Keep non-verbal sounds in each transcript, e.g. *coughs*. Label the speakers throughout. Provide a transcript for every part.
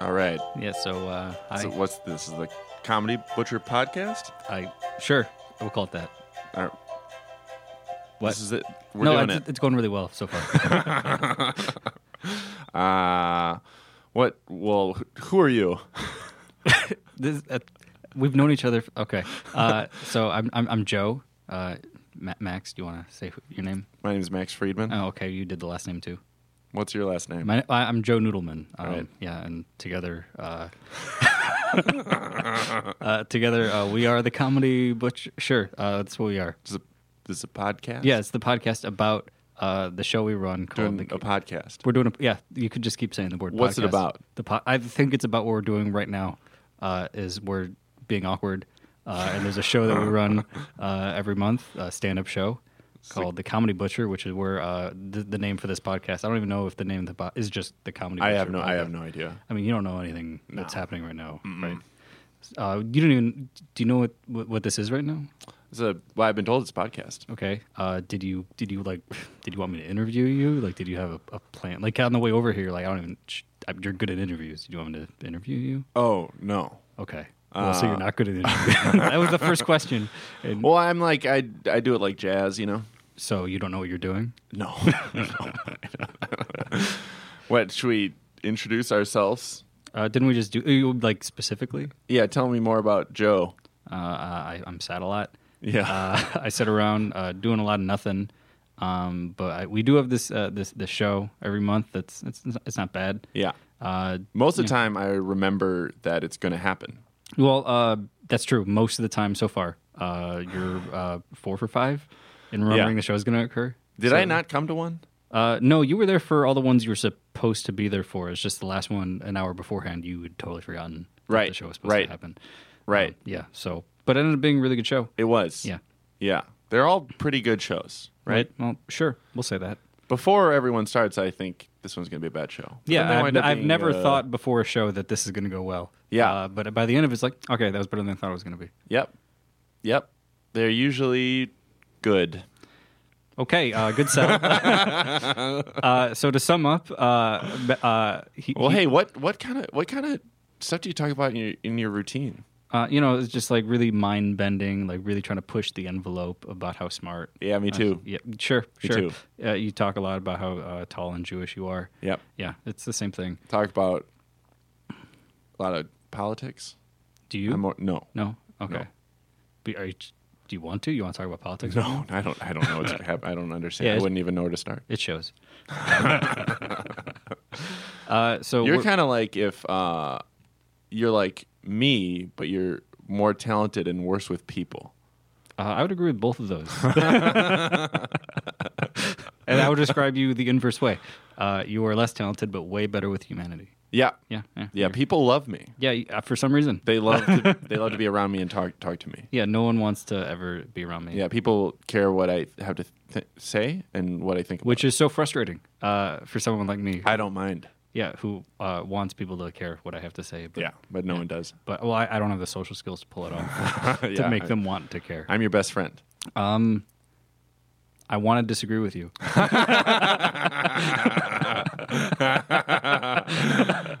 Speaker 1: All right.
Speaker 2: Yeah, so uh, I,
Speaker 1: So what's this? Is the Comedy Butcher podcast?
Speaker 2: I sure we'll call it that.
Speaker 1: All right.
Speaker 2: What?
Speaker 1: This is it. We're
Speaker 2: no,
Speaker 1: doing
Speaker 2: it's,
Speaker 1: it.
Speaker 2: it's going really well so
Speaker 1: *laughs*
Speaker 2: far.
Speaker 1: Uh, what? Well, wh- who are you?
Speaker 2: this, uh, we've known each other. f-
Speaker 1: *laughs*
Speaker 2: Okay, uh, so I'm I'm, I'm Joe. Uh, Ma- Max, do you want to say who- your name?
Speaker 1: My name is Max Friedman.
Speaker 2: Oh, okay, you did the last name too.
Speaker 1: What's your last name?
Speaker 2: My, I, I'm Joe Noodleman. Um,
Speaker 1: right.
Speaker 2: Yeah, and together, uh, *laughs* uh, together uh, we are the comedy butcher. Sure, uh, that's what we are.
Speaker 1: This is a, this is a podcast.
Speaker 2: Yeah, it's the podcast about uh, the show we run called
Speaker 1: doing
Speaker 2: the.
Speaker 1: a podcast.
Speaker 2: We're doing a yeah. You could just keep saying the word.
Speaker 1: What's it
Speaker 2: podcast.
Speaker 1: about?
Speaker 2: The po- I think it's about what we're doing right now. Uh, is we're being awkward, uh, and there's a show that
Speaker 1: *laughs*
Speaker 2: we run uh, every month, a stand-up show called The Comedy Butcher, which is where uh, the, the name for this podcast. I don't even know if the name of the po- is just The Comedy.
Speaker 1: I
Speaker 2: Butcher
Speaker 1: have no. I
Speaker 2: Podcast.
Speaker 1: have no idea.
Speaker 2: I mean, you don't know anything that's happening right now, right? Uh, you don't even. Do you know what, what what this is right now?
Speaker 1: It's a. Well, I've been told it's a podcast.
Speaker 2: Okay. Uh, did you did you like *laughs* did you want me to interview you? Like, did you have a, a plan? Like on the way over here, like I don't even. Sh- I- you're good at interviews. Did you want me to interview you?
Speaker 1: Oh no.
Speaker 2: Okay. Well, so you're not good at interviews. that was the first question. And
Speaker 1: Well, I'm like I. I do it like jazz, you know.
Speaker 2: so you don't know what you're doing.
Speaker 1: *laughs* No. No. what should we introduce ourselves?
Speaker 2: Uh, didn't we just do you, like specifically?
Speaker 1: Yeah, tell me more about Joe.
Speaker 2: Uh, I, I'm sad a lot.
Speaker 1: Yeah.
Speaker 2: Uh, *laughs* I sit around uh, doing a lot of nothing. Um, but I, we do have this uh, this this show every month. That's it's it's not bad.
Speaker 1: yeah.
Speaker 2: Uh,
Speaker 1: Most of the time, I remember that it's going to happen.
Speaker 2: Well, uh, that's true. Most of the time so far, uh, you're uh, four for five in
Speaker 1: Yeah.
Speaker 2: remembering the show's going to occur.
Speaker 1: Did
Speaker 2: So-
Speaker 1: I not come to one?
Speaker 2: Uh, no, you were there for all the ones you were supposed to be there for. It's just the last one an hour beforehand. You had totally forgotten that
Speaker 1: Right,
Speaker 2: the show was supposed
Speaker 1: right,
Speaker 2: to happen.
Speaker 1: right.
Speaker 2: Um, yeah. So, but it ended up being a really good show.
Speaker 1: It was.
Speaker 2: Yeah.
Speaker 1: Yeah. They're all pretty good shows, right?
Speaker 2: Well, well, sure. We'll say that.
Speaker 1: Before everyone starts, I think this one's going to be a bad show. But then they
Speaker 2: Yeah, I've,
Speaker 1: wind up
Speaker 2: I've
Speaker 1: being,
Speaker 2: never
Speaker 1: uh,
Speaker 2: thought before a show that this is going to go well.
Speaker 1: Yeah.
Speaker 2: Uh, but by the end of it, it's like, okay, that was better than I thought it was going to be.
Speaker 1: Yep. Yep. They're usually good.
Speaker 2: Okay, uh, good sell.
Speaker 1: *laughs*
Speaker 2: uh, so to sum up, uh, b- uh, he,
Speaker 1: Well,
Speaker 2: he-
Speaker 1: hey, what what kind of what kind of stuff do you talk about in your in your routine?
Speaker 2: uh, you know, it's just like really mind bending, like really trying to push the envelope about how smart. Uh,
Speaker 1: Yeah, me too.
Speaker 2: Yeah, sure,
Speaker 1: Me
Speaker 2: sure.
Speaker 1: too.
Speaker 2: Uh, you talk a lot about how uh, tall and Jewish you are.
Speaker 1: Yep.
Speaker 2: Yeah, it's the same thing.
Speaker 1: Talk about a lot of politics.
Speaker 2: Do you?
Speaker 1: I'm more, no. *laughs*
Speaker 2: no. Okay.
Speaker 1: No.
Speaker 2: Be- are you, do you want to? You want to talk about politics? right
Speaker 1: No,
Speaker 2: now?
Speaker 1: I don't. I don't know what's gonna happen. I don't understand.
Speaker 2: Yeah,
Speaker 1: I
Speaker 2: it's-
Speaker 1: wouldn't even know where to start. *laughs*
Speaker 2: It shows. *laughs* uh, so
Speaker 1: You're
Speaker 2: we're-
Speaker 1: kind of like if uh, you're like me, but you're more talented and worse with people.
Speaker 2: Uh, I would agree with both of *laughs* those. and I would describe you the inverse way. Uh, you are less talented, but way better with humanity.
Speaker 1: Yeah,
Speaker 2: Yeah, yeah,
Speaker 1: yeah. People love me.
Speaker 2: yeah. you- uh, For some reason,
Speaker 1: They love. *laughs* To, they love to be around me and talk talk to me.
Speaker 2: yeah, no one wants to ever be around me.
Speaker 1: Yeah, people care what I have to th- say and what I think. About.
Speaker 2: which is so frustrating uh, for someone like me.
Speaker 1: I don't mind.
Speaker 2: yeah, who uh, wants people to care what I have to say. But,
Speaker 1: Yeah, but no one does.
Speaker 2: but well, I, I don't have the social skills to pull it *laughs*
Speaker 1: *laughs*
Speaker 2: off
Speaker 1: to
Speaker 2: to make them want to care.
Speaker 1: I'm your best friend.
Speaker 2: Um, I want to disagree with you.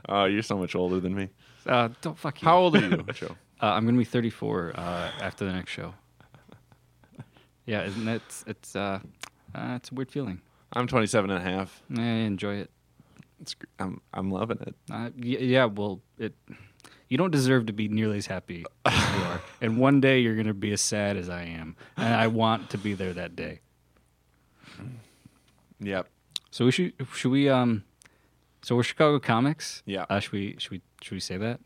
Speaker 1: Oh, you're so much older than me.
Speaker 2: *laughs* Uh, don't fuck you.
Speaker 1: How old *laughs* are you, Joe?
Speaker 2: Uh, I'm gonna be 34 uh, after the next show. *laughs* Yeah, isn't that it's it's, uh, uh, it's a weird feeling.
Speaker 1: I'm 27 and a half.
Speaker 2: I enjoy it.
Speaker 1: It's, gr- I'm I'm loving it.
Speaker 2: Uh, y- yeah, well, it you don't deserve to be nearly as happy as you are, and one day you're gonna be as sad as I am, and I want to be there that day.
Speaker 1: Yep.
Speaker 2: So we should should we um, so we're Chicago comics.
Speaker 1: Yeah.
Speaker 2: Uh, should we should we should we say that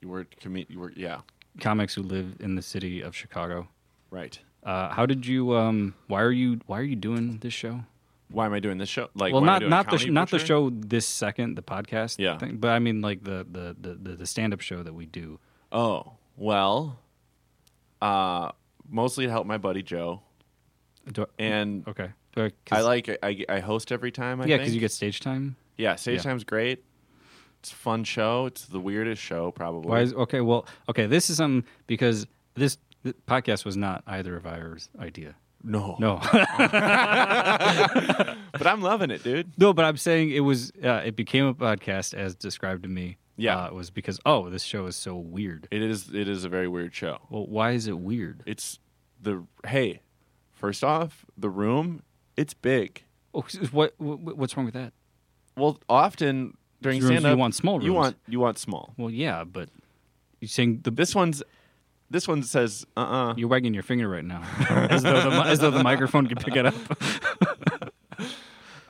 Speaker 1: You were commit. You were yeah.
Speaker 2: comics who live in the city of Chicago?
Speaker 1: Right.
Speaker 2: Uh, how did you um? Why are you why are you doing this show?
Speaker 1: Why am I doing this show? Like,
Speaker 2: well,
Speaker 1: why am I
Speaker 2: not
Speaker 1: doing
Speaker 2: not the
Speaker 1: Comedy
Speaker 2: sh- not the
Speaker 1: Butcher?
Speaker 2: show this second, the podcast.
Speaker 1: Yeah.
Speaker 2: Thing, but I mean, like the the the the, the stand up show that we do.
Speaker 1: Oh well, uh, mostly to help my buddy Joe,
Speaker 2: do I,
Speaker 1: and
Speaker 2: okay. Do I, 'cause-
Speaker 1: I like I, I host every time. I
Speaker 2: yeah,
Speaker 1: because
Speaker 2: because you get stage time.
Speaker 1: yeah. Stage
Speaker 2: yeah.
Speaker 1: time's great. It's a fun show. It's the weirdest show probably.
Speaker 2: Why is okay? Well, okay. This is um because this, th podcast was not either of ours idea.
Speaker 1: no, *laughs*
Speaker 2: No, *laughs*
Speaker 1: But I'm loving it, dude.
Speaker 2: no. But I'm saying it was. Uh, it became a podcast as described to me
Speaker 1: Yeah.
Speaker 2: uh, was because oh, this show is so weird.
Speaker 1: It is it is a very weird show.
Speaker 2: Well, why is it weird?
Speaker 1: It's the hey, first off, the room, it's big.
Speaker 2: Oh, what, what what's wrong with that?
Speaker 1: Well, often during
Speaker 2: Rooms, you
Speaker 1: stand up
Speaker 2: want small
Speaker 1: You
Speaker 2: rooms.
Speaker 1: want you want small.
Speaker 2: Well, yeah, but you're saying the
Speaker 1: This one's this one says uh-uh.
Speaker 2: you're wagging your finger right now, *laughs* as though the, mi- as though the microphone could pick it up.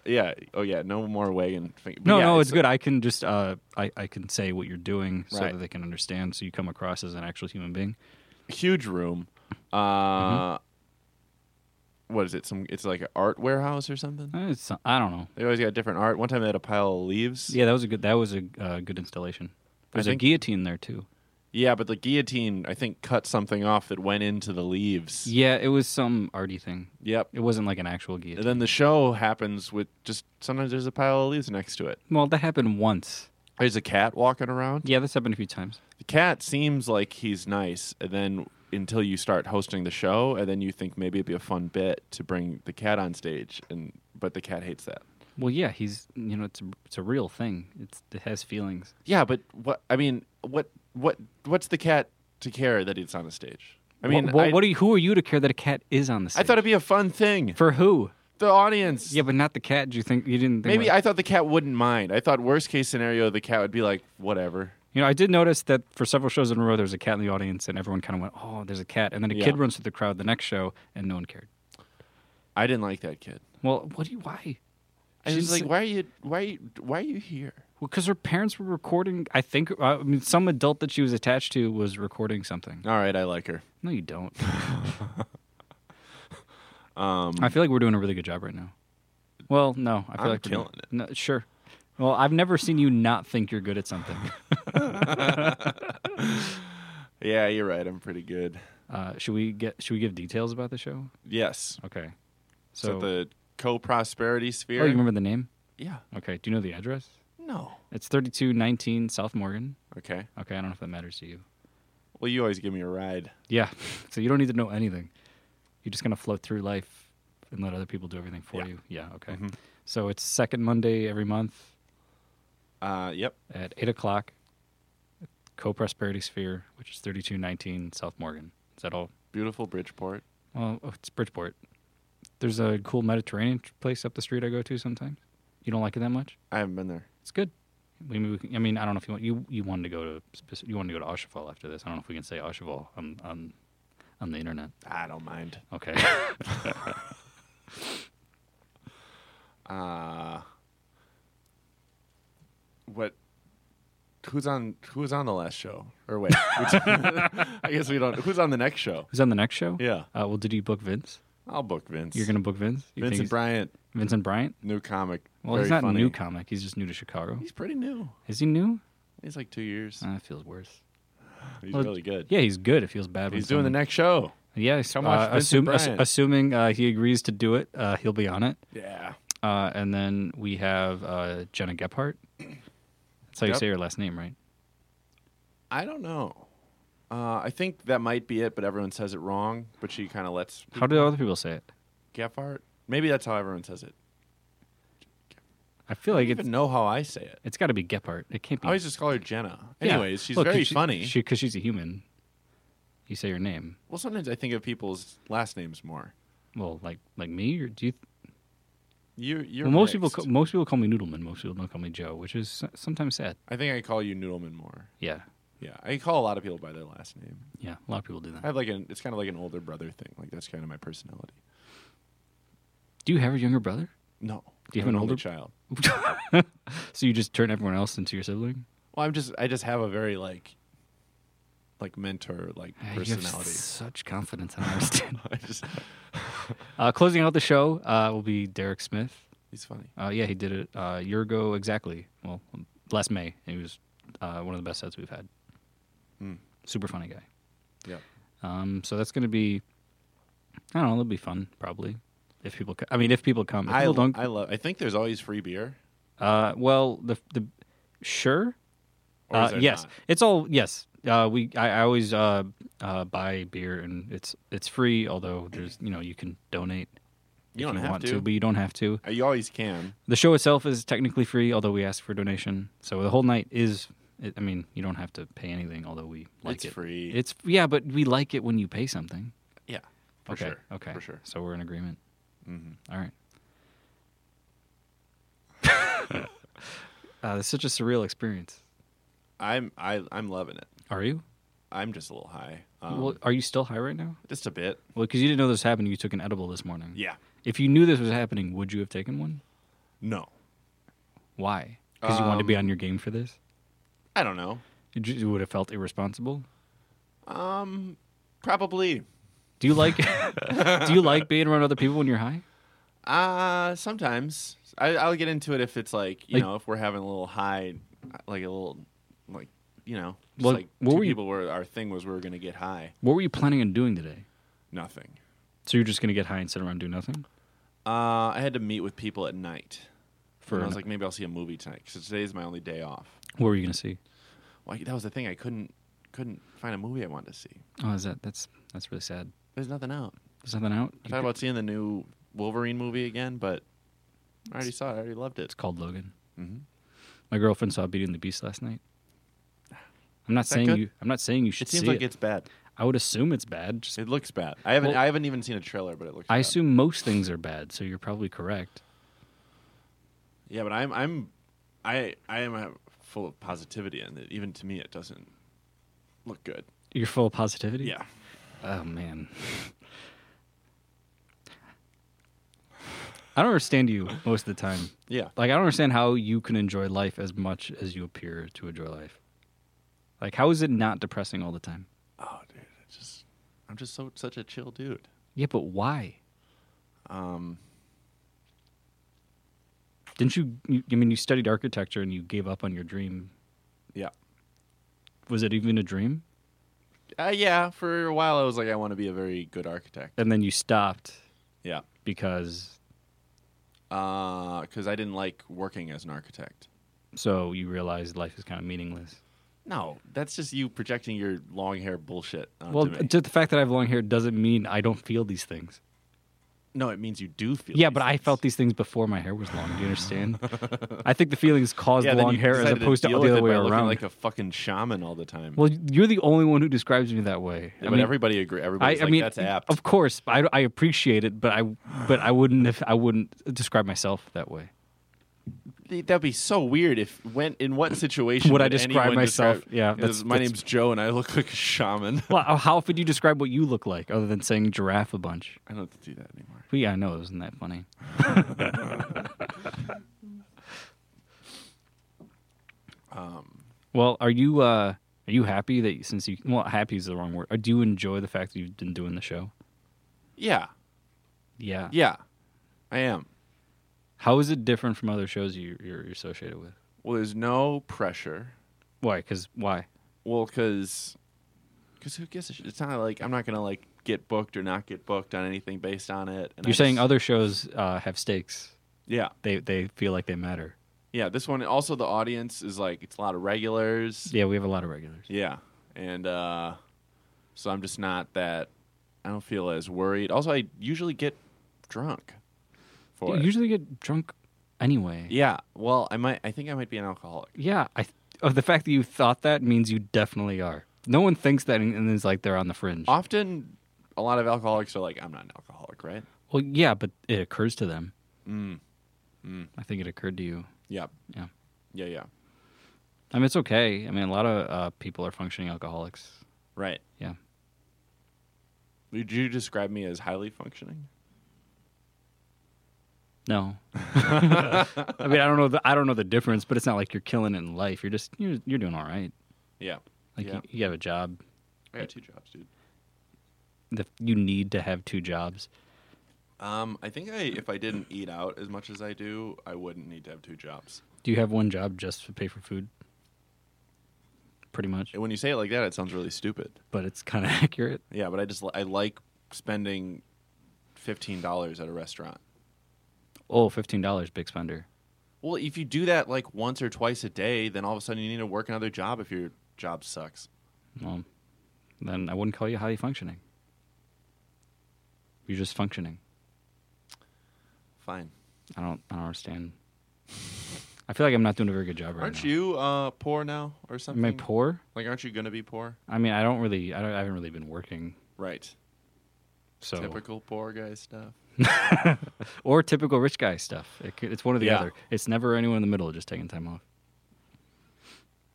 Speaker 1: Yeah. Oh yeah, no more wagon. Thing.
Speaker 2: *laughs* No, no, it's, good. I can just uh, I I can say what you're doing so
Speaker 1: Right.
Speaker 2: that they can understand, so you come across as an actual human being.
Speaker 1: Huge room. Uh what is it? Some it's like an art warehouse or something.
Speaker 2: Mm-hmm. Uh, It's, I don't know.
Speaker 1: They always got different art. One time they had a pile of leaves.
Speaker 2: Yeah, that was a good that was a uh, good installation. There's a
Speaker 1: think-
Speaker 2: guillotine there too.
Speaker 1: Yeah, but the guillotine I think cut something off that went into the leaves.
Speaker 2: Yeah, it was some arty thing.
Speaker 1: Yep.
Speaker 2: It wasn't like an actual guillotine.
Speaker 1: And then the show happens with just sometimes there's a pile of leaves next to it.
Speaker 2: Well, that happened once.
Speaker 1: There's a cat walking around.
Speaker 2: Yeah, that's happened a few times.
Speaker 1: The cat seems like he's nice, and then until you start hosting the show, and then you think maybe it'd be a fun bit to bring the cat on stage, and but the cat hates that.
Speaker 2: Well, yeah, he's you know it's a, it's a real thing. It's it has feelings.
Speaker 1: Yeah, but what I mean, what what what's the cat to care that it's on a stage? I mean,
Speaker 2: what, what,
Speaker 1: I,
Speaker 2: what are you, who are you to care that a cat is on the
Speaker 1: I
Speaker 2: stage?
Speaker 1: thought it'd be a fun thing.
Speaker 2: for who?
Speaker 1: The audience.
Speaker 2: Yeah, but not the cat. Do you think you didn't? Think
Speaker 1: Maybe I thought the cat wouldn't mind. I thought worst case scenario, the cat would be like, whatever.
Speaker 2: You know, I did notice that for several shows in a row, there's a cat in the audience, and everyone kind of went, "Oh, there's a cat," and then a
Speaker 1: Yeah.
Speaker 2: kid runs through the crowd the next show, and no one cared.
Speaker 1: I didn't like that kid.
Speaker 2: Well, what do you why?
Speaker 1: I
Speaker 2: She's
Speaker 1: was like,
Speaker 2: like-
Speaker 1: why are you why are you, why are you here?
Speaker 2: Because her parents were recording. I think uh, I mean some adult that she was attached to was recording something.
Speaker 1: All right, I like her.
Speaker 2: No, you *laughs* don't. I feel like we're doing a really good job right now. Well, no, I feel
Speaker 1: Um, I'm
Speaker 2: like we're doing-
Speaker 1: killing
Speaker 2: No, sure. Well, I've never seen you not think you're good
Speaker 1: *laughs*
Speaker 2: at something.
Speaker 1: Yeah, you're right. I'm pretty good.
Speaker 2: uh, should we get? Should we give details about the show?
Speaker 1: Yes.
Speaker 2: Okay.
Speaker 1: So
Speaker 2: So,
Speaker 1: the co-prosperity
Speaker 2: oh,
Speaker 1: sphere.
Speaker 2: you remember the name?
Speaker 1: Yeah.
Speaker 2: Okay. Do you know the address?
Speaker 1: No.
Speaker 2: It's 3219 South Morgan.
Speaker 1: Okay.
Speaker 2: Okay, I don't know if that matters to you.
Speaker 1: Well, you always give me a ride.
Speaker 2: Yeah, *laughs* so you don't need to know anything. You're just going to float through life and let other people do everything for
Speaker 1: Yeah.
Speaker 2: you. Yeah, okay.
Speaker 1: Mhm.
Speaker 2: So it's second Monday every month
Speaker 1: Uh, yep.
Speaker 2: at 8 o'clock, Co Prosperity Sphere, which is 3219 South Morgan. Is that all?
Speaker 1: Beautiful Bridgeport.
Speaker 2: Well, oh, it's Bridgeport. There's a cool Mediterranean tr- place up the street I go to sometimes. You don't like it that much?
Speaker 1: I haven't been there.
Speaker 2: It's good. We, we can, I mean, I don't know if you want you you wanted to go to speci- you wanted to go to Asheville after this. I don't know if we can say Asheville on on on the internet.
Speaker 1: I don't mind. *laughs*
Speaker 2: Okay.
Speaker 1: Uh, what? Who's on? Who's on the last show? Or wait, *laughs* I guess we don't. Who's on the next show?
Speaker 2: Who's on the next show?
Speaker 1: Yeah,
Speaker 2: Uh, well, did you book Vince?
Speaker 1: I'll book Vince.
Speaker 2: You're gonna book Vince? You think
Speaker 1: Vincent
Speaker 2: he's-
Speaker 1: Bryant,
Speaker 2: Vincent Bryant?
Speaker 1: new comic.
Speaker 2: Well,
Speaker 1: very
Speaker 2: he's not
Speaker 1: funny.
Speaker 2: a new comic. He's just new to Chicago.
Speaker 1: He's pretty new.
Speaker 2: Is he new?
Speaker 1: He's like two years.
Speaker 2: Uh, it feels worse.
Speaker 1: He's
Speaker 2: well,
Speaker 1: really good.
Speaker 2: Yeah, he's good. It feels bad. when
Speaker 1: He's doing the
Speaker 2: someone-
Speaker 1: next show.
Speaker 2: Yeah, he's-
Speaker 1: Come watch
Speaker 2: uh,
Speaker 1: Vincent
Speaker 2: assume- ass-
Speaker 1: Bryant.
Speaker 2: assuming uh, he agrees to do it, uh, he'll be on it.
Speaker 1: Yeah.
Speaker 2: Uh, and then we have uh, Jenna Gephardt. That's how you
Speaker 1: Yep.
Speaker 2: say her last name, right?
Speaker 1: I don't know. Uh, I think that might be it, but everyone says it wrong. But she kind of lets
Speaker 2: How do other people say it?
Speaker 1: Geffart. Maybe that's how everyone says it.
Speaker 2: I feel like
Speaker 1: I don't
Speaker 2: it's
Speaker 1: even know how I say it.
Speaker 2: it's got to be Gephardt. It can't
Speaker 1: I
Speaker 2: be.
Speaker 1: always just call her Jenna. Oh,
Speaker 2: Yeah.
Speaker 1: Anyways, she's
Speaker 2: Well, 'cause
Speaker 1: very
Speaker 2: she-
Speaker 1: funny.
Speaker 2: She because she's a human. You say her name.
Speaker 1: well, sometimes I think of people's last names more.
Speaker 2: Well, like like me, or do you?
Speaker 1: You, you're
Speaker 2: Well, most people
Speaker 1: mixed.
Speaker 2: ca- most people call me Noodleman. Most people don't call me Joe, which is so- sometimes sad.
Speaker 1: I think I call you Noodleman more.
Speaker 2: Yeah,
Speaker 1: Yeah, I call a lot of people by their last name.
Speaker 2: yeah. A lot of people do
Speaker 1: I
Speaker 2: that.
Speaker 1: have like an. It's kind of like an older brother thing. Like that's kind of my personality.
Speaker 2: Do you have a younger brother? *laughs*
Speaker 1: No.
Speaker 2: Do you
Speaker 1: I'm
Speaker 2: have an
Speaker 1: only
Speaker 2: older-
Speaker 1: child?
Speaker 2: So you just turn everyone else into your sibling?
Speaker 1: Well, I'm just. I just have a very like, like mentor like
Speaker 2: Ah, You have
Speaker 1: personality.
Speaker 2: such confidence. I don't understand.
Speaker 1: *laughs* I just.
Speaker 2: *laughs* uh, closing out the show uh, will be Derek Smith.
Speaker 1: He's funny.
Speaker 2: Uh, yeah, he did it uh, a year ago exactly. Well, last May. He was uh, one of the best sets we've had.
Speaker 1: Hmm.
Speaker 2: Super funny guy.
Speaker 1: Yeah.
Speaker 2: Um, so that's going to be, I don't know, it'll be fun probably. If people, co- I mean, if people come, if
Speaker 1: I,
Speaker 2: people don't,
Speaker 1: I love. I think there's always free beer.
Speaker 2: uh, well, the the sure,
Speaker 1: Or is
Speaker 2: Uh,
Speaker 1: there
Speaker 2: yes,
Speaker 1: not?
Speaker 2: it's all yes. Uh, we I, I always uh, uh, buy beer and it's it's free. Although there's you know you can donate
Speaker 1: You don't
Speaker 2: if you
Speaker 1: have
Speaker 2: want
Speaker 1: to.
Speaker 2: to, but you don't have to.
Speaker 1: Uh, You always can.
Speaker 2: The show itself is technically free, although we ask for donation. So the whole night is It, I mean, you don't have to pay anything, although we like
Speaker 1: It's
Speaker 2: it.
Speaker 1: free.
Speaker 2: It's yeah, but we like it when you pay something.
Speaker 1: Yeah. For
Speaker 2: okay.
Speaker 1: sure.
Speaker 2: Okay.
Speaker 1: For sure. Mm-hmm.
Speaker 2: So we're in agreement. All right. *laughs* uh, it's such a surreal experience.
Speaker 1: I'm I I'm loving it.
Speaker 2: Are you?
Speaker 1: I'm just a little high. Um,
Speaker 2: well, are you still high right now?
Speaker 1: just a bit.
Speaker 2: Well, because you didn't know this happened, you took an edible this morning.
Speaker 1: Yeah.
Speaker 2: If you knew this was happening, would you have taken one?
Speaker 1: No.
Speaker 2: Why? Because you wanted
Speaker 1: Um,
Speaker 2: to be on your game for this.
Speaker 1: I don't know.
Speaker 2: You ju- You would have felt irresponsible.
Speaker 1: Probably.
Speaker 2: Do you
Speaker 1: *laughs*
Speaker 2: like? do you like being around other people when you're high?
Speaker 1: Uh sometimes I, I'll get into it if it's like you
Speaker 2: Like-
Speaker 1: know if we're having a little high, like a little like you know just
Speaker 2: Well,
Speaker 1: like
Speaker 2: what
Speaker 1: two
Speaker 2: were you-
Speaker 1: people were our thing was we were gonna get high.
Speaker 2: What were you planning on doing today?
Speaker 1: Nothing.
Speaker 2: So you're just gonna get high and sit around and do nothing?
Speaker 1: Uh, I had to meet with people at night.
Speaker 2: For
Speaker 1: and I was
Speaker 2: an-
Speaker 1: like, maybe I'll see a movie tonight because today's my only day off.
Speaker 2: What were you gonna see?
Speaker 1: Well, I- that was the thing. I couldn't couldn't find a movie I wanted to see.
Speaker 2: Oh, is that that's that's really sad.
Speaker 1: There's nothing out.
Speaker 2: There's nothing out.
Speaker 1: I thought about seeing the new Wolverine movie again, but I already saw it. I already loved it.
Speaker 2: it's called Logan.
Speaker 1: Mhm.
Speaker 2: My girlfriend saw Beauty and the Beast last night. I'm
Speaker 1: that
Speaker 2: not saying
Speaker 1: good?
Speaker 2: you. I'm not saying you should
Speaker 1: It seems
Speaker 2: see
Speaker 1: like
Speaker 2: it.
Speaker 1: it's bad.
Speaker 2: I would assume it's bad. Just,
Speaker 1: It looks bad. I haven't
Speaker 2: Well-
Speaker 1: I haven't even seen a trailer, but it looks.
Speaker 2: I
Speaker 1: bad.
Speaker 2: assume most things are bad, so you're probably correct.
Speaker 1: Yeah, but I'm I'm I I am uh, full of positivity, and it, even to me, it doesn't look good.
Speaker 2: You're full of positivity.
Speaker 1: Yeah.
Speaker 2: Oh man. I don't understand you most of the time.
Speaker 1: Yeah.
Speaker 2: Like I don't understand how you can enjoy life as much as you appear to enjoy life. Like how is it not depressing all the time?
Speaker 1: Oh, dude, it's just I'm just so such a chill dude.
Speaker 2: Yeah, but why?
Speaker 1: Um,
Speaker 2: Didn't you, you I mean you studied architecture and you gave up on your dream.
Speaker 1: yeah.
Speaker 2: Was it even a dream?
Speaker 1: Uh, yeah, for a while I was like, I want to be a very good architect.
Speaker 2: And then you stopped
Speaker 1: Yeah,
Speaker 2: because
Speaker 1: because I didn't like working as an architect.
Speaker 2: so you realized life is kind of meaningless.
Speaker 1: No, that's just you projecting your long hair bullshit. Onto
Speaker 2: well,
Speaker 1: me.
Speaker 2: just the fact that I have long hair doesn't mean I don't feel these things.
Speaker 1: no, it means you do feel.
Speaker 2: Yeah,
Speaker 1: these
Speaker 2: but I
Speaker 1: things.
Speaker 2: felt these things before my hair was long. Do you understand? *laughs* I think the feelings caused
Speaker 1: yeah, then
Speaker 2: long
Speaker 1: you
Speaker 2: hair as
Speaker 1: decided
Speaker 2: opposed to,
Speaker 1: deal
Speaker 2: the
Speaker 1: with
Speaker 2: other
Speaker 1: it
Speaker 2: way
Speaker 1: by looking
Speaker 2: around.
Speaker 1: like a fucking shaman all the time.
Speaker 2: well, you're the only one who describes me that way.
Speaker 1: Yeah, but everybody agree.
Speaker 2: I,
Speaker 1: Everybody's
Speaker 2: I
Speaker 1: like,
Speaker 2: mean,
Speaker 1: that's apt.
Speaker 2: Of course, I, I appreciate it, but I but I wouldn't if I wouldn't describe myself that way.
Speaker 1: That'd be so weird if when in what situation
Speaker 2: Would I
Speaker 1: anyone
Speaker 2: describe myself? Yeah,
Speaker 1: it
Speaker 2: that's-
Speaker 1: was, my
Speaker 2: that's-
Speaker 1: name's Joe and I look like a shaman. *laughs*
Speaker 2: Well, how- how often do you describe what you look like other than saying giraffe a bunch?
Speaker 1: I don't do that anymore.
Speaker 2: Well, yeah, I know. Isn't that funny? well, are you uh, are you happy that you- since you well, happy is the wrong word. Uh, Do you enjoy the fact that you've been doing the show?
Speaker 1: Yeah,
Speaker 2: Yeah.
Speaker 1: yeah, I am.
Speaker 2: How is it different from other shows you, you're you're associated with?
Speaker 1: Well, there's no pressure.
Speaker 2: Why? Because why?
Speaker 1: Well, because who gives a shit? It's not like I'm not gonna like get booked or not get booked on anything based on it. And I
Speaker 2: You're saying
Speaker 1: just-
Speaker 2: other shows uh, have stakes.
Speaker 1: yeah,
Speaker 2: They they feel like they matter.
Speaker 1: yeah. This one also the audience is like it's a lot of regulars.
Speaker 2: Yeah, we have a lot of regulars.
Speaker 1: Yeah. And uh, so I'm just not that, I don't feel as worried. Also, I usually get drunk for
Speaker 2: You
Speaker 1: it.
Speaker 2: usually get drunk anyway.
Speaker 1: yeah. Well, I might, I think I might be an alcoholic.
Speaker 2: Yeah, I th- of the fact that you thought that means you definitely are. No one thinks that and and is like they're on the fringe.
Speaker 1: Often, a lot of alcoholics are like, I'm not an alcoholic, right?
Speaker 2: Well, yeah, but it occurs to them.
Speaker 1: Mm.
Speaker 2: I think it occurred to you.
Speaker 1: Yeah.
Speaker 2: Yeah.
Speaker 1: Yeah. Yeah.
Speaker 2: I mean, it's okay. I mean, a lot of uh, people are functioning alcoholics.
Speaker 1: Right.
Speaker 2: Yeah.
Speaker 1: Would you describe me as highly functioning?
Speaker 2: No. I mean, I don't know. The, I don't know the difference, but it's not like you're killing it in life. You're just you're you're doing all right.
Speaker 1: Yeah.
Speaker 2: Like
Speaker 1: yeah.
Speaker 2: you, you have a job.
Speaker 1: I got two jobs, dude.
Speaker 2: The, you need to have two jobs.
Speaker 1: Um, I think I, if I didn't eat out as much as I do, I wouldn't need to have two jobs.
Speaker 2: Do you have one job just to pay for food? Pretty much,
Speaker 1: When you say it like that, it sounds really stupid.
Speaker 2: but it's kind of *laughs* accurate.
Speaker 1: Yeah, but I just li- I like spending fifteen dollars at a restaurant.
Speaker 2: Oh, $15, big spender.
Speaker 1: Well, if you do that like once or twice a day, then all of a sudden you need to work another job if your job sucks.
Speaker 2: Well, then I wouldn't call you highly functioning. You're just functioning.
Speaker 1: Fine.
Speaker 2: *laughs* I don't. I don't understand. I I feel like I'm not doing a very good job right
Speaker 1: Aren't
Speaker 2: now.
Speaker 1: you uh, poor now or something?
Speaker 2: Am I poor?
Speaker 1: Like, aren't you gonna be poor?
Speaker 2: I mean, I don't really. I, don't, I haven't really been working.
Speaker 1: Right.
Speaker 2: So
Speaker 1: Typical poor guy stuff.
Speaker 2: or typical rich guy stuff. It, c- it's one or the
Speaker 1: Yeah.
Speaker 2: other. It's never anyone in the middle just taking time off.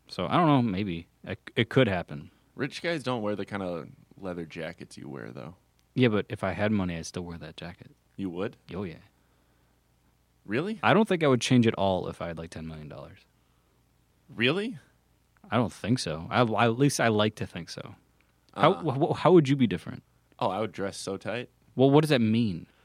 Speaker 2: So I don't know. Maybe it, it could happen.
Speaker 1: Rich guys don't wear the kind of leather jackets you wear, though.
Speaker 2: Yeah, but if I had money, I'd still wear that jacket.
Speaker 1: You would?
Speaker 2: Oh yeah.
Speaker 1: Really?
Speaker 2: I don't think I would change it all if I had like ten million dollars.
Speaker 1: Really?
Speaker 2: I don't think so. I, I- at least I like to think so. How
Speaker 1: Uh-uh.
Speaker 2: wh- wh- how would you be different?
Speaker 1: Oh, I would dress so tight.
Speaker 2: Well, what does that mean? *laughs*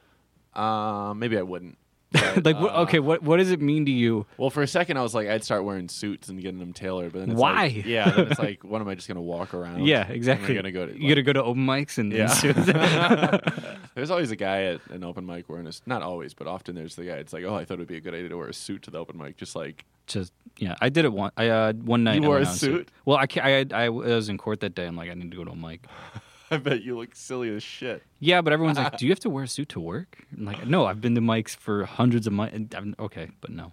Speaker 1: Uh, maybe I wouldn't.
Speaker 2: like, what, okay, what what does it mean to you?
Speaker 1: Well, for a second, I was like, I'd start wearing suits and getting them tailored, but then it's
Speaker 2: Why?
Speaker 1: Like, yeah, then
Speaker 2: *laughs*
Speaker 1: it's like, what am I just gonna walk around?
Speaker 2: yeah,
Speaker 1: Am
Speaker 2: exactly.
Speaker 1: I gonna go to?
Speaker 2: you gotta go to open mics and
Speaker 1: Yeah. *laughs*
Speaker 2: yeah.
Speaker 1: There's always a guy at an open mic wearing a s- not always, but often there's the guy. It's like, oh, I thought it'd be a good idea to wear a suit to the open mic, just like
Speaker 2: *laughs*
Speaker 1: *laughs*
Speaker 2: just yeah. I did it one. I uh, one night.
Speaker 1: You
Speaker 2: I
Speaker 1: wore
Speaker 2: went
Speaker 1: a
Speaker 2: out and
Speaker 1: suit?
Speaker 2: said- Well, I, ca- I I was in court that day. I'm like, I need to go to a mic.
Speaker 1: I bet you look silly as shit.
Speaker 2: Yeah, but everyone's like, do you have to wear a suit to work? I'm like, no, I've been to mics for hundreds of mics. Okay, but no.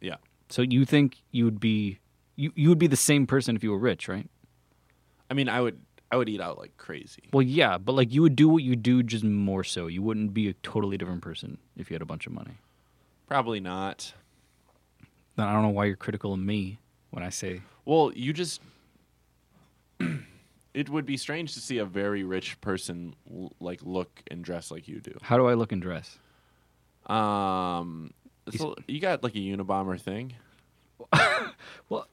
Speaker 1: Yeah.
Speaker 2: So you think you would be you you would be the same person if you were rich, right?
Speaker 1: I mean, I would I would eat out like crazy.
Speaker 2: Well, yeah, but like you would do what you do just more so. You wouldn't be a totally different person if you had a bunch of money.
Speaker 1: Probably not.
Speaker 2: Then I don't know why you're critical of me when I say
Speaker 1: Well, you just. *clears throat* it would be strange to see a very rich person l- like look and dress like you do.
Speaker 2: how do I look and dress?
Speaker 1: Um, so you got like a Unabomber thing.
Speaker 2: Well,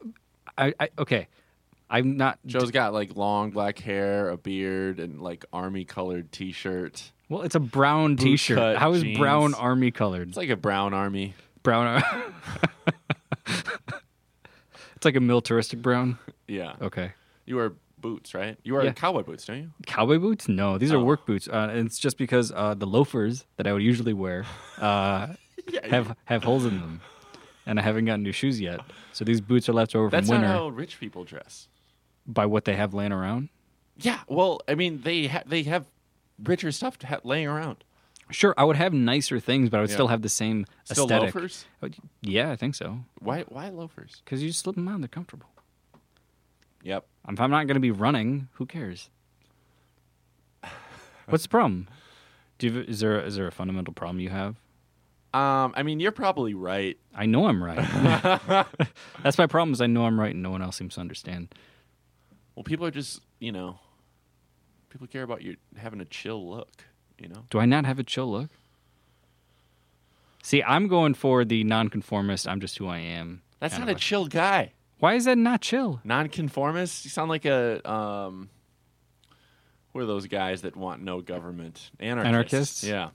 Speaker 2: I, I okay, I'm not.
Speaker 1: Joe's got like long black hair, a beard, and like army colored T-shirt.
Speaker 2: well, it's a brown T-shirt.
Speaker 1: cut
Speaker 2: How is
Speaker 1: jeans.
Speaker 2: brown army colored?
Speaker 1: It's like a brown army.
Speaker 2: brown. ar- *laughs* it's like a militaristic brown.
Speaker 1: Yeah,
Speaker 2: Okay.
Speaker 1: you wear boots, right? You wear
Speaker 2: Yeah.
Speaker 1: cowboy boots, don't you?
Speaker 2: Cowboy boots? No, these are
Speaker 1: Oh.
Speaker 2: work boots. Uh, and it's just because uh, the loafers that I would usually wear
Speaker 1: *laughs*
Speaker 2: uh, have have holes in them, and I haven't gotten new shoes yet. So these boots are left over
Speaker 1: That's
Speaker 2: from
Speaker 1: not
Speaker 2: winter
Speaker 1: how rich people dress.
Speaker 2: by what they have laying around.
Speaker 1: Yeah, well, I mean, they ha- they have richer stuff to ha- laying around.
Speaker 2: Sure, I would have nicer things, but I would
Speaker 1: Yeah.
Speaker 2: still have the same
Speaker 1: Still
Speaker 2: aesthetic.
Speaker 1: loafers?
Speaker 2: Uh, Yeah, I think so.
Speaker 1: Why why loafers?
Speaker 2: Because you just slip them on; they're comfortable.
Speaker 1: Yep.
Speaker 2: If I'm not going to be running,
Speaker 1: *sighs*
Speaker 2: who cares? What's the problem? Do you, is there is there a fundamental problem you have?
Speaker 1: Um, I mean, you're probably right.
Speaker 2: I know I'm right.
Speaker 1: *laughs*
Speaker 2: That's my problem. Is I know I'm right, and no one else seems to understand.
Speaker 1: Well, people are just, you know, people care about you having a chill look, you know?
Speaker 2: Do I not have a chill look? See, I'm going for the nonconformist. I'm just who I am.
Speaker 1: That's
Speaker 2: kind
Speaker 1: not a
Speaker 2: of a-
Speaker 1: chill guy.
Speaker 2: Why is that not chill?
Speaker 1: Nonconformist? You sound like a, um, who are those guys that want no government? Anarchists.
Speaker 2: Anarchists?
Speaker 1: Yeah.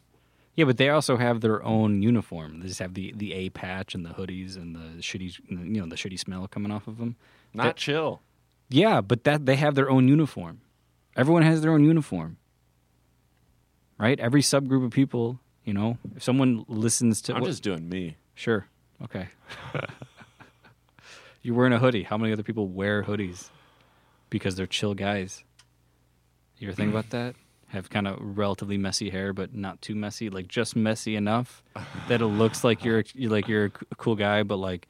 Speaker 2: Yeah, but they also have their own uniform. They just have the, the A patch and the hoodies and the shitty, you know, the shitty smell coming off of them.
Speaker 1: Not
Speaker 2: That-
Speaker 1: chill.
Speaker 2: Yeah, but that they have their own uniform. Everyone has their own uniform. Right? Every subgroup of people, you know, if someone listens to
Speaker 1: I'm
Speaker 2: wha-
Speaker 1: just doing me.
Speaker 2: sure. Okay. *laughs* You're wearing a hoodie. How many other people wear hoodies? Because they're chill guys. You ever think about that? Have kind of relatively messy hair, but not too messy, like just
Speaker 1: *laughs*
Speaker 2: messy enough that it looks like you're you're like you're a c- cool guy, but like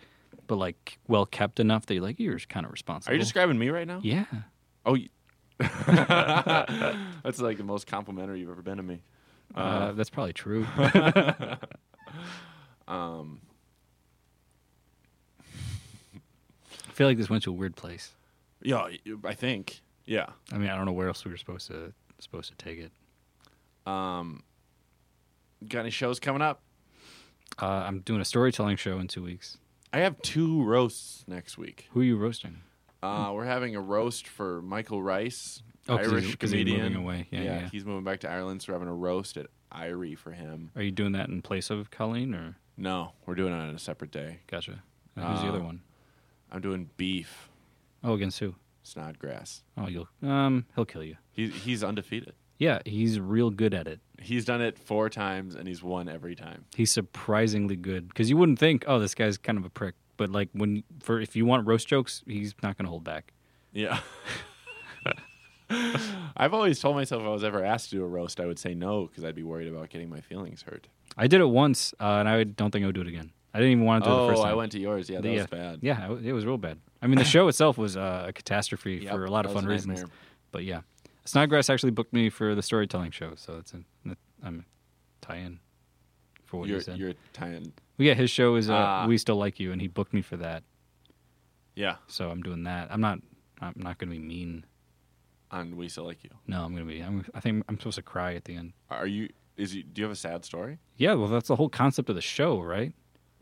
Speaker 2: but like well kept enough that you're like you're kind of responsible.
Speaker 1: Are you describing me right now?
Speaker 2: yeah.
Speaker 1: Oh,
Speaker 2: *laughs*
Speaker 1: y- that's like the most complimentary you've ever been to me.
Speaker 2: Uh,
Speaker 1: Oh.
Speaker 2: that's
Speaker 1: *laughs*
Speaker 2: probably true. *laughs*
Speaker 1: Um.
Speaker 2: I feel like this went to a weird place.
Speaker 1: Yeah, y- I think. Yeah.
Speaker 2: I mean, I don't know where else we were supposed to supposed to take it.
Speaker 1: Got any shows coming up?
Speaker 2: Uh, I'm doing a storytelling show in two weeks.
Speaker 1: I have two roasts next week.
Speaker 2: Who are you roasting?
Speaker 1: Uh, we're having a roast for Michael Rice,
Speaker 2: Oh, 'cause he's-
Speaker 1: Irish
Speaker 2: 'cause he's
Speaker 1: comedian.
Speaker 2: moving away. Yeah, yeah.
Speaker 1: he's moving back to Ireland, so we're having a roast at Irie for him.
Speaker 2: Are you doing that in place of Colleen or?
Speaker 1: No, we're doing it on a separate day.
Speaker 2: Gotcha. And who's the
Speaker 1: Uh,
Speaker 2: other one?
Speaker 1: I'm doing beef
Speaker 2: Oh, against who?
Speaker 1: Snodgrass.
Speaker 2: Oh, you'll um he'll kill you.
Speaker 1: He's he's undefeated.
Speaker 2: Yeah, he's real good at it.
Speaker 1: He's done it four times and he's won every time.
Speaker 2: he's surprisingly good because you wouldn't think oh this guy's kind of a prick but like when for if you want roast jokes he's not going to hold back
Speaker 1: Yeah. *laughs* I've always told myself if I was ever asked to do a roast, I would say no because I'd be worried about getting my feelings hurt.
Speaker 2: i did it once uh, and i don't think i would do it again i I didn't even want to do it the
Speaker 1: Oh,
Speaker 2: first time.
Speaker 1: I went to yours. Yeah, that
Speaker 2: The,
Speaker 1: was
Speaker 2: uh,
Speaker 1: bad.
Speaker 2: Yeah, it wa- it was real bad. I *laughs* mean, the show itself was uh, a catastrophe
Speaker 1: Yep,
Speaker 2: for a lot of
Speaker 1: that was
Speaker 2: fun
Speaker 1: a
Speaker 2: reasons.
Speaker 1: nightmare.
Speaker 2: But yeah, Snodgrass actually booked me for the storytelling show, so it's an, that- I'm tie-in for what
Speaker 1: You're,
Speaker 2: he said.
Speaker 1: you're tying.
Speaker 2: Well, yeah, his show is uh,
Speaker 1: Ah.
Speaker 2: "We Still Like You," and he booked me for that,
Speaker 1: Yeah,
Speaker 2: so I'm doing that. I'm not. I'm not going to be mean.
Speaker 1: on We Still Like You.
Speaker 2: No, I'm going to be. I'm, I think I'm supposed to cry at the end.
Speaker 1: Are you? Is you? Do you have a sad story?
Speaker 2: Yeah, well, that's the whole concept of the show, right?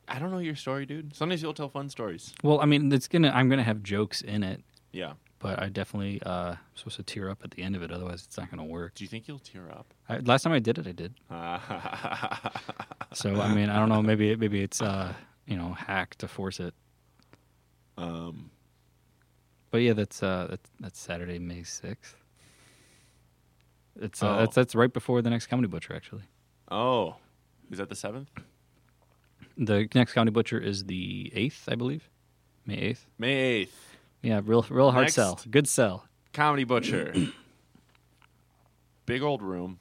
Speaker 1: I don't know your story, dude. Sometimes you'll tell fun stories.
Speaker 2: Well, I mean, it's gonna. I'm gonna have jokes in it,
Speaker 1: Yeah.
Speaker 2: but I definitely uh, supposed to tear up at the end of it. Otherwise, it's not gonna work.
Speaker 1: Do you think you'll tear up?
Speaker 2: I, last time I did it, I did. So I mean, I don't know. Maybe it, maybe it's uh, you know hack to force it.
Speaker 1: *laughs* um,
Speaker 2: But yeah, that's uh, that's, that's Saturday, May sixth. It's uh,
Speaker 1: Oh.
Speaker 2: that's that's right before the next Comedy Butcher. Actually,
Speaker 1: oh, is that the seventh?
Speaker 2: the next Comedy Butcher is the eighth, I believe, May eighth.
Speaker 1: May eighth.
Speaker 2: Yeah, real real hard
Speaker 1: Next.
Speaker 2: sell. Good sell.
Speaker 1: Comedy Butcher. *coughs* Big old room.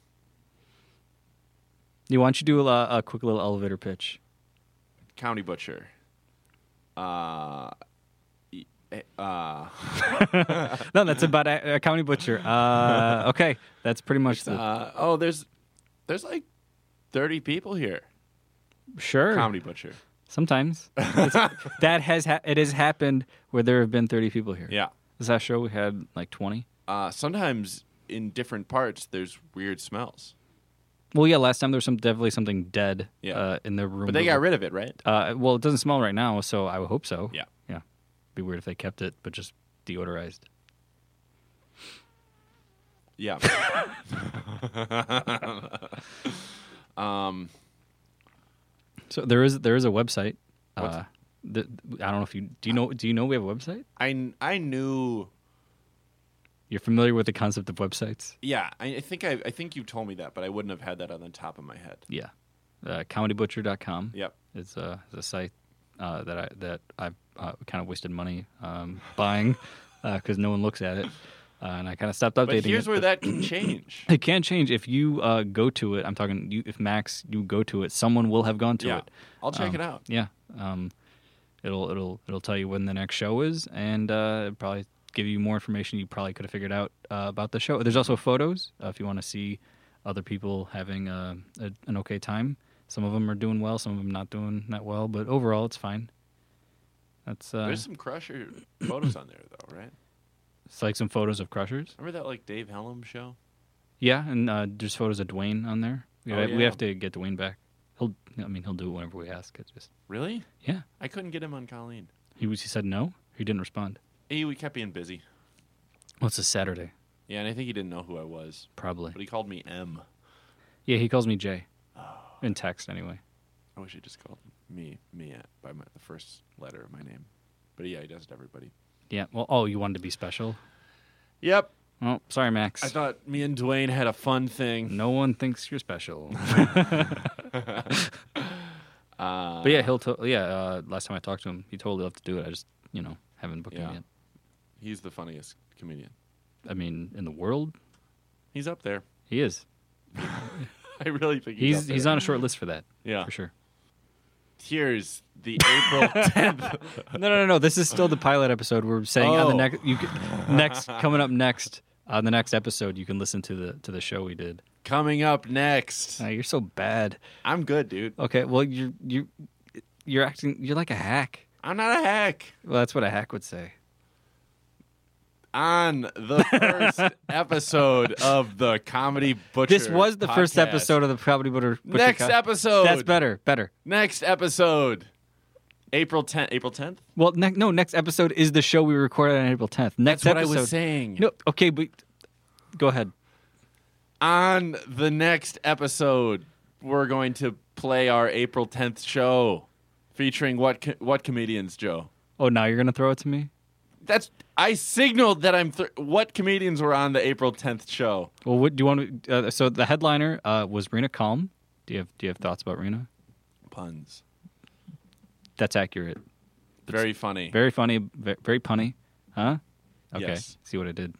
Speaker 2: You why don't you do a, a quick little elevator pitch?
Speaker 1: Comedy Butcher. Uh, e- eh, uh, *laughs*
Speaker 2: No, that's about a, a Comedy Butcher. Uh, okay, that's pretty much the
Speaker 1: uh, oh, there's there's like thirty people here.
Speaker 2: sure.
Speaker 1: Comedy *laughs* Butcher.
Speaker 2: Sometimes It's- that has ha- it has happened where there have been thirty people here.
Speaker 1: Yeah.
Speaker 2: This last show we had like twenty.
Speaker 1: Uh, sometimes in different parts, there's weird smells,
Speaker 2: Well, yeah, last time there was some definitely something dead
Speaker 1: Yeah.
Speaker 2: uh, in the room.
Speaker 1: but they got rid of it, right?
Speaker 2: Uh, well, it doesn't smell right now, so I would hope so.
Speaker 1: Yeah.
Speaker 2: yeah. Be weird if they kept it, but just deodorized.
Speaker 1: Yeah. um,
Speaker 2: So there is there is a website.
Speaker 1: What's-
Speaker 2: Uh, th- I don't know if you do you know do you know we have a website?
Speaker 1: I kn- I knew.
Speaker 2: You're familiar with the concept of websites?
Speaker 1: Yeah, I, I think I, I think you told me that, but I wouldn't have had that on the top of my head.
Speaker 2: Yeah. Uh, comedybutcher.com.
Speaker 1: Yep.
Speaker 2: It's a, it's a site uh, that I that I uh, kind of wasted money um, *laughs* buying because no one looks at it, uh, and I kind of stopped updating.
Speaker 1: But here's
Speaker 2: it,
Speaker 1: where
Speaker 2: but
Speaker 1: that can *coughs* change.
Speaker 2: it can change if you uh, go to it. I'm talking you, if Max you go to it, someone will have gone to
Speaker 1: yeah,
Speaker 2: it.
Speaker 1: I'll check
Speaker 2: Um,
Speaker 1: it out.
Speaker 2: Yeah, um, it'll it'll it'll tell you when the next show is, and uh, it'll probably give you more information you probably could have figured out uh, about the show. There's also photos uh, if you want to see other people having uh, a, an okay time. Some of them are doing well, some of them not doing that well, but overall it's fine. That's uh,
Speaker 1: There's some Crusher photos on there though, right?
Speaker 2: it's like some photos of Crushers.
Speaker 1: Remember that like Dave Hellum show?
Speaker 2: Yeah, and uh, there's photos of Dwayne on there. We,
Speaker 1: Oh,
Speaker 2: we
Speaker 1: yeah.
Speaker 2: have to get Dwayne back. He'll, I mean, he'll do it whenever we ask. It's just
Speaker 1: Really?
Speaker 2: yeah.
Speaker 1: I couldn't get him on Colleen.
Speaker 2: He was, he said no. He didn't respond.
Speaker 1: He we kept being busy.
Speaker 2: Well, it's a Saturday,
Speaker 1: Yeah, and I think he didn't know who I was,
Speaker 2: probably.
Speaker 1: but he called me M.
Speaker 2: Yeah, he calls me Jay.
Speaker 1: Oh.
Speaker 2: In text, anyway.
Speaker 1: I wish he just called me Mia by my, the first letter of my name. But yeah, he does it to everybody.
Speaker 2: Yeah. Well, oh, you wanted to be special?
Speaker 1: Yep.
Speaker 2: Oh, sorry, Max.
Speaker 1: I thought me and Dwayne had a fun thing.
Speaker 2: no one thinks you're special.
Speaker 1: *laughs*
Speaker 2: *laughs*
Speaker 1: Uh,
Speaker 2: but yeah, he'll. To- yeah, uh, last time I talked to him, he totally loved to do it. I just, you know, haven't booked
Speaker 1: Yeah.
Speaker 2: him
Speaker 1: he's the funniest comedian.
Speaker 2: yet. I mean, in the world,
Speaker 1: He's up there. *laughs*
Speaker 2: he is.
Speaker 1: I really think he's
Speaker 2: He's he's on a short list for that.
Speaker 1: Yeah. *laughs*
Speaker 2: for sure.
Speaker 1: Here's the
Speaker 2: *laughs*
Speaker 1: April 10th.
Speaker 2: No, no, no, no. This is still the pilot episode. We're saying on the
Speaker 1: Oh.
Speaker 2: next, you can, next coming up next on the next episode, you can listen to the to the show we did.
Speaker 1: Coming up next.
Speaker 2: Ah, you're so bad.
Speaker 1: I'm good, dude.
Speaker 2: Okay, well you're you you're acting. You're like a hack.
Speaker 1: I'm not a hack.
Speaker 2: Well, that's what a hack would say.
Speaker 1: On the first
Speaker 2: *laughs*
Speaker 1: episode of the Comedy Butcher.
Speaker 2: This was the first
Speaker 1: podcast.
Speaker 2: episode of the Comedy Butter. Butcher
Speaker 1: Next
Speaker 2: Co-
Speaker 1: episode.
Speaker 2: That's better. Better.
Speaker 1: Next episode. April 10th. April 10th?
Speaker 2: Well, ne- no. Next episode is the show we recorded on April 10th.
Speaker 1: That's
Speaker 2: Next
Speaker 1: what
Speaker 2: episode.
Speaker 1: I was saying.
Speaker 2: No. Okay, but go ahead.
Speaker 1: On the next episode, we're going to play our April 10th show featuring what co- what comedians, Joe?
Speaker 2: Oh, now you're gonna throw it to me.
Speaker 1: That's I signaled that I'm th- what comedians were on the April 10th show.
Speaker 2: Well, what do you want? To, uh, so the headliner uh, was Rena Calm. Do you have Do you have thoughts about Rena?
Speaker 1: Puns.
Speaker 2: That's accurate.
Speaker 1: Very funny.
Speaker 2: Very funny. ve- Very punny. Huh? Okay.
Speaker 1: Yes.
Speaker 2: See what I did.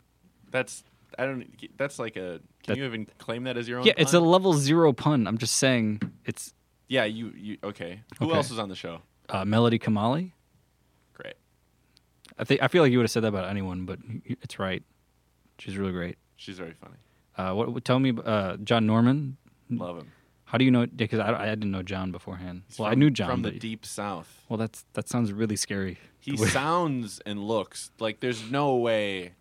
Speaker 1: That's I don't that's like a can
Speaker 2: That-
Speaker 1: you even claim that as your own?
Speaker 2: Yeah, it's a
Speaker 1: pun?
Speaker 2: level zero pun. I'm just saying it's
Speaker 1: Yeah, you. you okay. Who
Speaker 2: Okay.
Speaker 1: else is on the show?
Speaker 2: Uh, Melody Kamali.
Speaker 1: Great.
Speaker 2: I think I feel like you would have said that about anyone, but y- it's right. She's really great.
Speaker 1: She's very funny.
Speaker 2: Uh, what? what- Tell me, uh, John Norman.
Speaker 1: Love him.
Speaker 2: How do you know? Because I, I didn't know John beforehand.
Speaker 1: He's
Speaker 2: well, I
Speaker 1: from-
Speaker 2: knew John
Speaker 1: from the
Speaker 2: but-
Speaker 1: deep south.
Speaker 2: Well, that's that sounds really scary.
Speaker 1: He
Speaker 2: *laughs* The way-
Speaker 1: sounds and looks like there's no way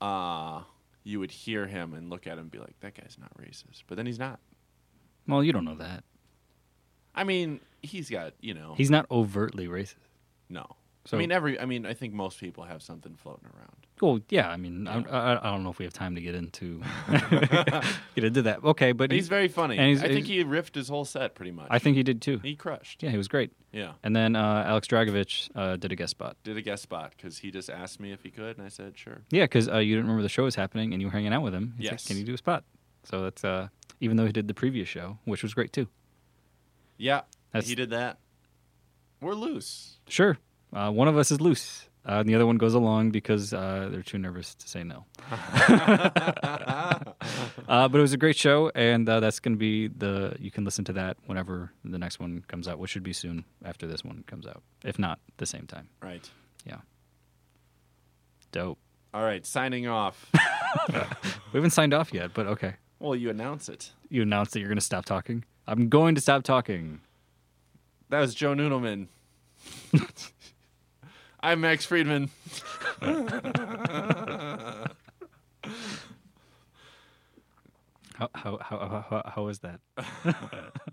Speaker 1: uh, you would hear him and look at him and be like, that guy's not racist. But then he's not.
Speaker 2: well, you don't know that.
Speaker 1: I mean, he's got, you know,
Speaker 2: He's not overtly racist.
Speaker 1: no.
Speaker 2: So-
Speaker 1: I mean, every, I mean, I think most people have something floating around.
Speaker 2: Well, yeah. I mean, I, I, I don't know if we have time to get
Speaker 1: *laughs*
Speaker 2: into get into that. Okay, but
Speaker 1: But he's
Speaker 2: he-
Speaker 1: very funny.
Speaker 2: and he's-
Speaker 1: I think he riffed his whole set pretty much.
Speaker 2: I think he did too.
Speaker 1: he crushed.
Speaker 2: Yeah, he was great.
Speaker 1: Yeah.
Speaker 2: And then uh, Alex Dragovich uh, did a guest spot.
Speaker 1: Did a guest spot because he just asked me if he could, and I said, sure.
Speaker 2: Yeah, because uh, you didn't remember the show was happening, and you were hanging out with him. He's like,
Speaker 1: Yes.
Speaker 2: Can you do a spot? So that's uh, even though he did the previous show, which was great too.
Speaker 1: Yeah.
Speaker 2: That's-
Speaker 1: He did that. We're loose.
Speaker 2: Sure. Uh, one of us is loose, uh, and the other one goes along because uh, they're too nervous to say no. uh, but it was a great show, and uh, that's going to be the. You can listen to that whenever the next one comes out, which should be soon after this one comes out, if not the same time.
Speaker 1: Right.
Speaker 2: Yeah. Dope.
Speaker 1: All right. Signing
Speaker 2: *laughs*
Speaker 1: off.
Speaker 2: We haven't signed off yet, but okay.
Speaker 1: well, you announce it.
Speaker 2: You announced that you're going to stop talking. I'm going to stop talking.
Speaker 1: That was Joe Noodleman. I'm Max Friedman.
Speaker 2: How how how how, how is that?